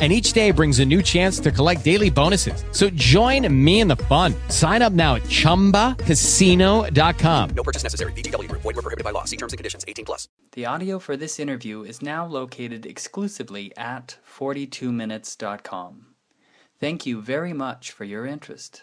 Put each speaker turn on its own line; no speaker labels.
And each day brings a new chance to collect daily bonuses. So join me in the fun. Sign up now at chumbacasino.com.
No purchase necessary. VGW Group. Void were prohibited by law. See terms and conditions. 18 plus.
The audio for this interview is now located exclusively at 42minutes.com. Thank you very much for your interest.